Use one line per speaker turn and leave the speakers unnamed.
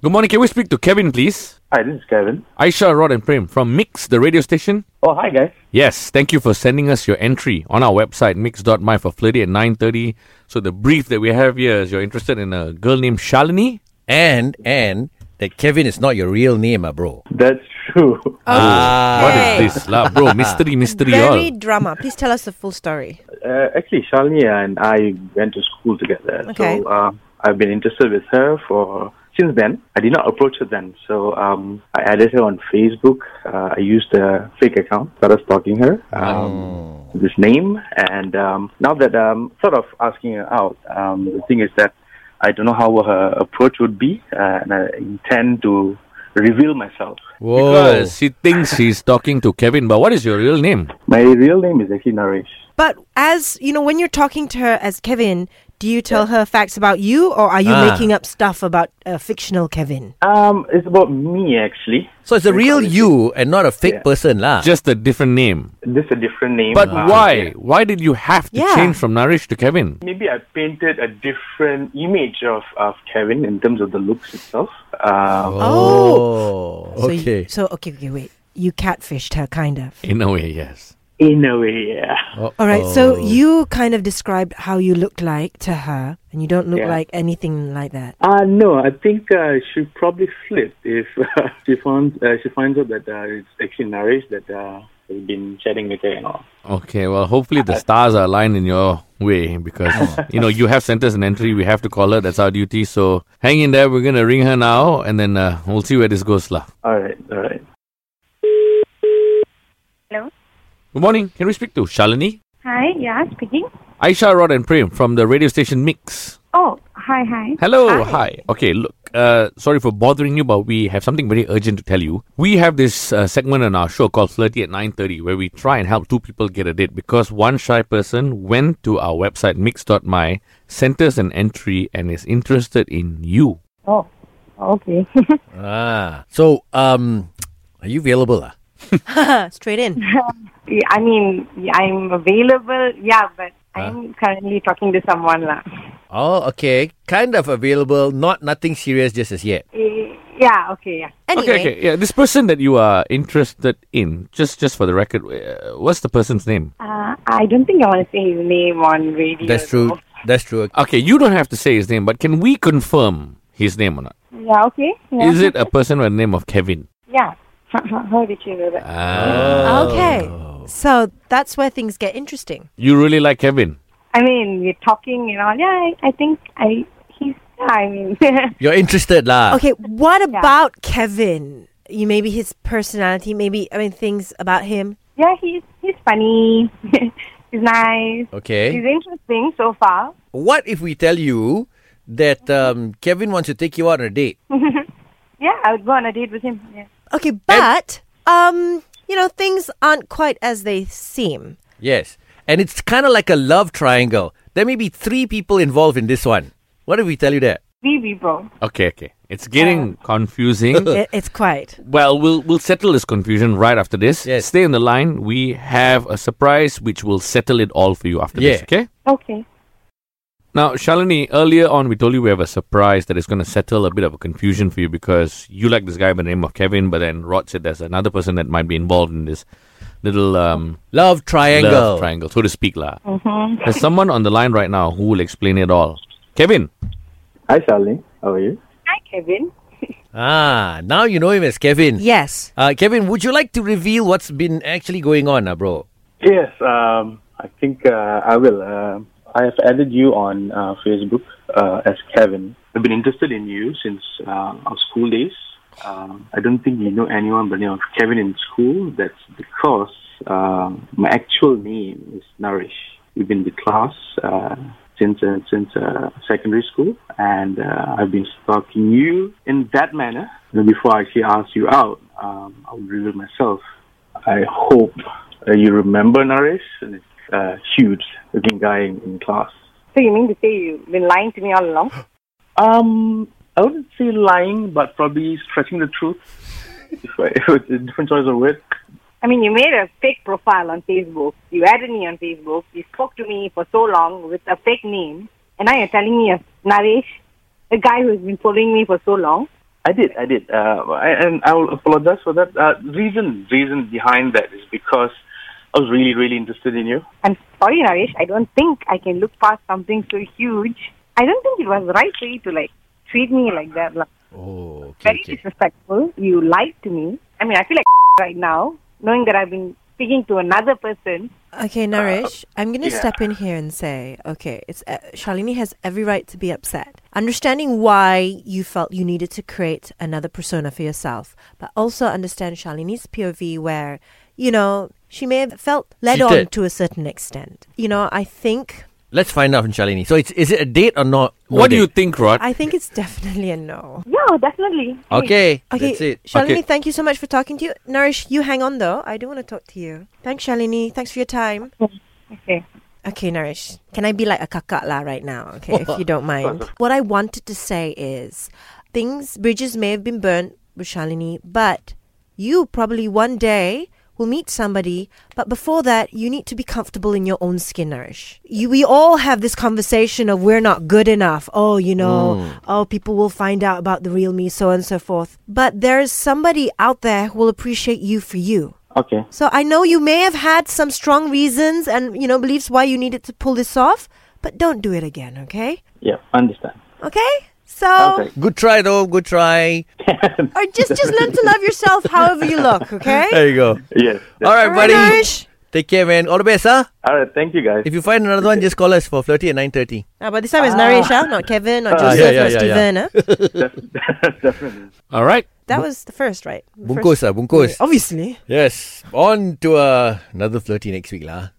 Good morning. Can we speak to Kevin, please?
Hi, this is Kevin.
Aisha, Rod, and Prem from Mix, the radio station.
Oh, hi guys.
Yes, thank you for sending us your entry on our website, mix.my, for Flirty at 9.30. So the brief that we have here is you're interested in a girl named Shalini.
And and that Kevin is not your real name, ah, bro.
That's true.
Ah,
What is this? La, bro, mystery, mystery
Very
all.
drama. Please tell us the full story.
Uh, actually, Shalini and I went to school together.
Okay.
So uh, I've been interested with her for since then. I did not approach her then, so um, I added her on Facebook. Uh, I used a fake account, started stalking her. Um, This name, and um, now that I'm sort of asking her out, um, the thing is that I don't know how her approach would be, uh, and I intend to reveal myself.
Whoa.
Because she thinks she's talking to Kevin, but what is your real name?
My real name is actually Naresh.
But as you know, when you're talking to her as Kevin, do you tell her facts about you, or are you
Ah.
making up stuff about a fictional Kevin?
Um, it's about me actually.
So it's a real you and not a fake
Yeah.
person, lah.
Just a different name.
This is a different name.
But
Uh,
why?
yeah.
Why did you have to
Yeah.
change from Narish to Kevin?
Maybe I painted a different image of, of Kevin in terms of the looks itself. Um,
oh. Okay.
So, you, so okay, okay, wait. You catfished her, kind of.
In a way, yes. Oh.
In a way, yeah.
All right.
Oh.
So you kind of described how you looked like to her, and you don't look
Yeah.
like anything like that.
Uh, no, I think uh, she probably flipped if she found uh, she finds out that uh, it's actually Naresh that uh, has been chatting with her and all.
Okay, well, hopefully the stars are aligned in your way because you know you have sent us an entry. We have to call her. That's our duty. So hang in there. We're gonna ring her now, and then uh, we'll see where this goes, lah.
All right, all right.
Hello.
Good morning. Can we speak to Shalini,
Hi. Yeah, speaking.
Aisha, Rod, and Prem from the radio station Mix?
Oh, hi, hi.
Hello. Hi. Okay. Look. Uh, sorry for bothering you, but we have something very urgent to tell you. We have this uh, segment on our show called Flirty at 9:30, where we try and help two people get a date because one shy person went to our website mix.my, sent us an entry, and is interested in you.
Oh, okay.
Ah. So um, are you available, ah? lah?
Huh, Uh, Straight in.
Yeah, I mean, yeah, I'm available. Yeah, but I'm currently talking to someone lah.
Oh, okay. Kind of available. Not nothing serious just as yet.
Eh, Yeah. Okay. Yeah.
Anyway,
Okay, okay, yeah. This person that you are interested in, just just for the record, uh, what's the person's name?
Uh, I don't think I want to say his name on radio.
That's true. That's true.
Okay, you don't have to say his name, but can we confirm his name or not?
though. Yeah. Okay. Yeah.
Is it a person by the name of Kevin? Ah,
Yeah. How did you know that?
Uh.
Uh.
Oh.
okay. So that's where things get interesting.
You really like Kevin?
I mean, we're talking and all. Yeah. I, I think I. He's. Yeah, I mean.
You're interested, lah.
Okay, what about Kevin? You maybe his personality, maybe I mean things about him.
yeah. He's. He's funny. he's nice. He's
Okay.
interesting so far.
What if we tell you that um, Kevin wants to take you out on a date?
Yeah. I would go on a date with him. Yeah.
Okay, but um, you know things aren't quite as they seem.
Yes. And it's kind of like a love triangle. There may be three people involved in this one. What if we tell you that?
We we bro.
Okay, okay. It's getting
Um.
confusing.
It, it's quite.
well, we'll we'll settle this confusion right after this.
Yes.
Stay on the line. We have a surprise which will settle it all for you after this.
Yeah.
Okay.
Okay.
Now, Shalini, earlier on we told you we have a surprise that is going to settle a bit of a confusion for you because you like this guy by the name of Kevin, but then Rod said there's another person that might be involved in this little um,
Love triangle. Mm-hmm.
love triangle, so to speak. La. There's someone on the line right now who will explain it all. Kevin,
Hi, Shalini. How are you?
Hi, Kevin.
Ah, now you know him as Kevin.
Yes.
Uh, Kevin, would you like to reveal what's been actually going on, uh, bro?
Yes, um, I think uh, I will. Um I have added you on uh, Facebook uh, as Kevin. I've been interested in you since uh, our school days. Um, I don't think you know anyone by the name of Kevin in school. That's because uh, my actual name is Nourish. We've been in the class uh, since uh, since uh, secondary school, and uh, I've been stalking you in that manner. And before I actually asked you out, um, I would reveal myself. I hope uh, you remember Naresh. And it's uh, huge looking guy in, in class.
So you mean to say you've been lying to me all along?
Um, I wouldn't say lying, but probably stretching the truth. if I, if it's a different choice of word.
I mean, you made a fake profile on Facebook. You added me on Facebook. You spoke to me for so long with a fake name, and now you're telling me a Naresh, a guy who's been following me for so long,
I did, I did, uh, I, and I will apologize for that. Uh, reason, reason behind that is because I was really, really interested in you.
I'm sorry, Naresh. I don't think I can look past something so huge. I don't think it was right for you to like treat me like that. Like,
Oh, okay.
very
okay.
disrespectful. You lied to me. I mean, I feel like right now, knowing that I've been speaking to another person.
Okay,
Uh,
Naresh, I'm going to
yeah.
step in here and say, okay, it's uh, Shalini has every right to be upset. Understanding why you felt you needed to create another persona for yourself, but also understand Shalini's POV where, you know, she may have felt led
She
on
did.
to a certain extent. You know, I think
Let's find out from Shalini. So, it's is it a date or not? No
what do you
date?
think, Rod?
I think it's definitely a no.
Yeah, definitely.
Okay,
Okay,
that's it.
Shalini,
Okay.
thank you so much for talking to you. Naresh, you hang on though. I do want to talk to you. Thanks, Shalini. Thanks for your time.
Okay.
Okay, Naresh, can I be like a kakak lah right now? Okay, if you don't mind. What I wanted to say is things, bridges may have been burnt with Shalini, but you probably one day will meet somebody. But before that, you need to be comfortable in your own skin, Naresh. You, we all have this conversation of we're not good enough. Oh, you know, oh, people will find out about the real me, so on and so forth. But there is somebody out there who will appreciate you for you.
Okay.
So I know you may have had some strong reasons and you know beliefs why you needed to pull this off, but don't do it again, okay?
Yeah, understand.
Okay? So
Okay.
Good try, though. Good try.
or just just learn to love yourself however you look, okay?
There you go.
Yes. yes.
All right,
All right,
buddy.
Naresh.
Take care, man. All the best, huh?
All right. Thank you, guys.
If you find another one, just call us for flirty at nine thirty.
Ah, but this time it's Naresh, ah, not Kevin, not
yeah,
Joseph,
yeah,
not
yeah, yeah.
Steven. ah.
Definitely.
All right.
That was the first, right? The
Bungkus,
first-
ah, bungkus.
Obviously.
Yes. On to uh, another flirty next week, lah.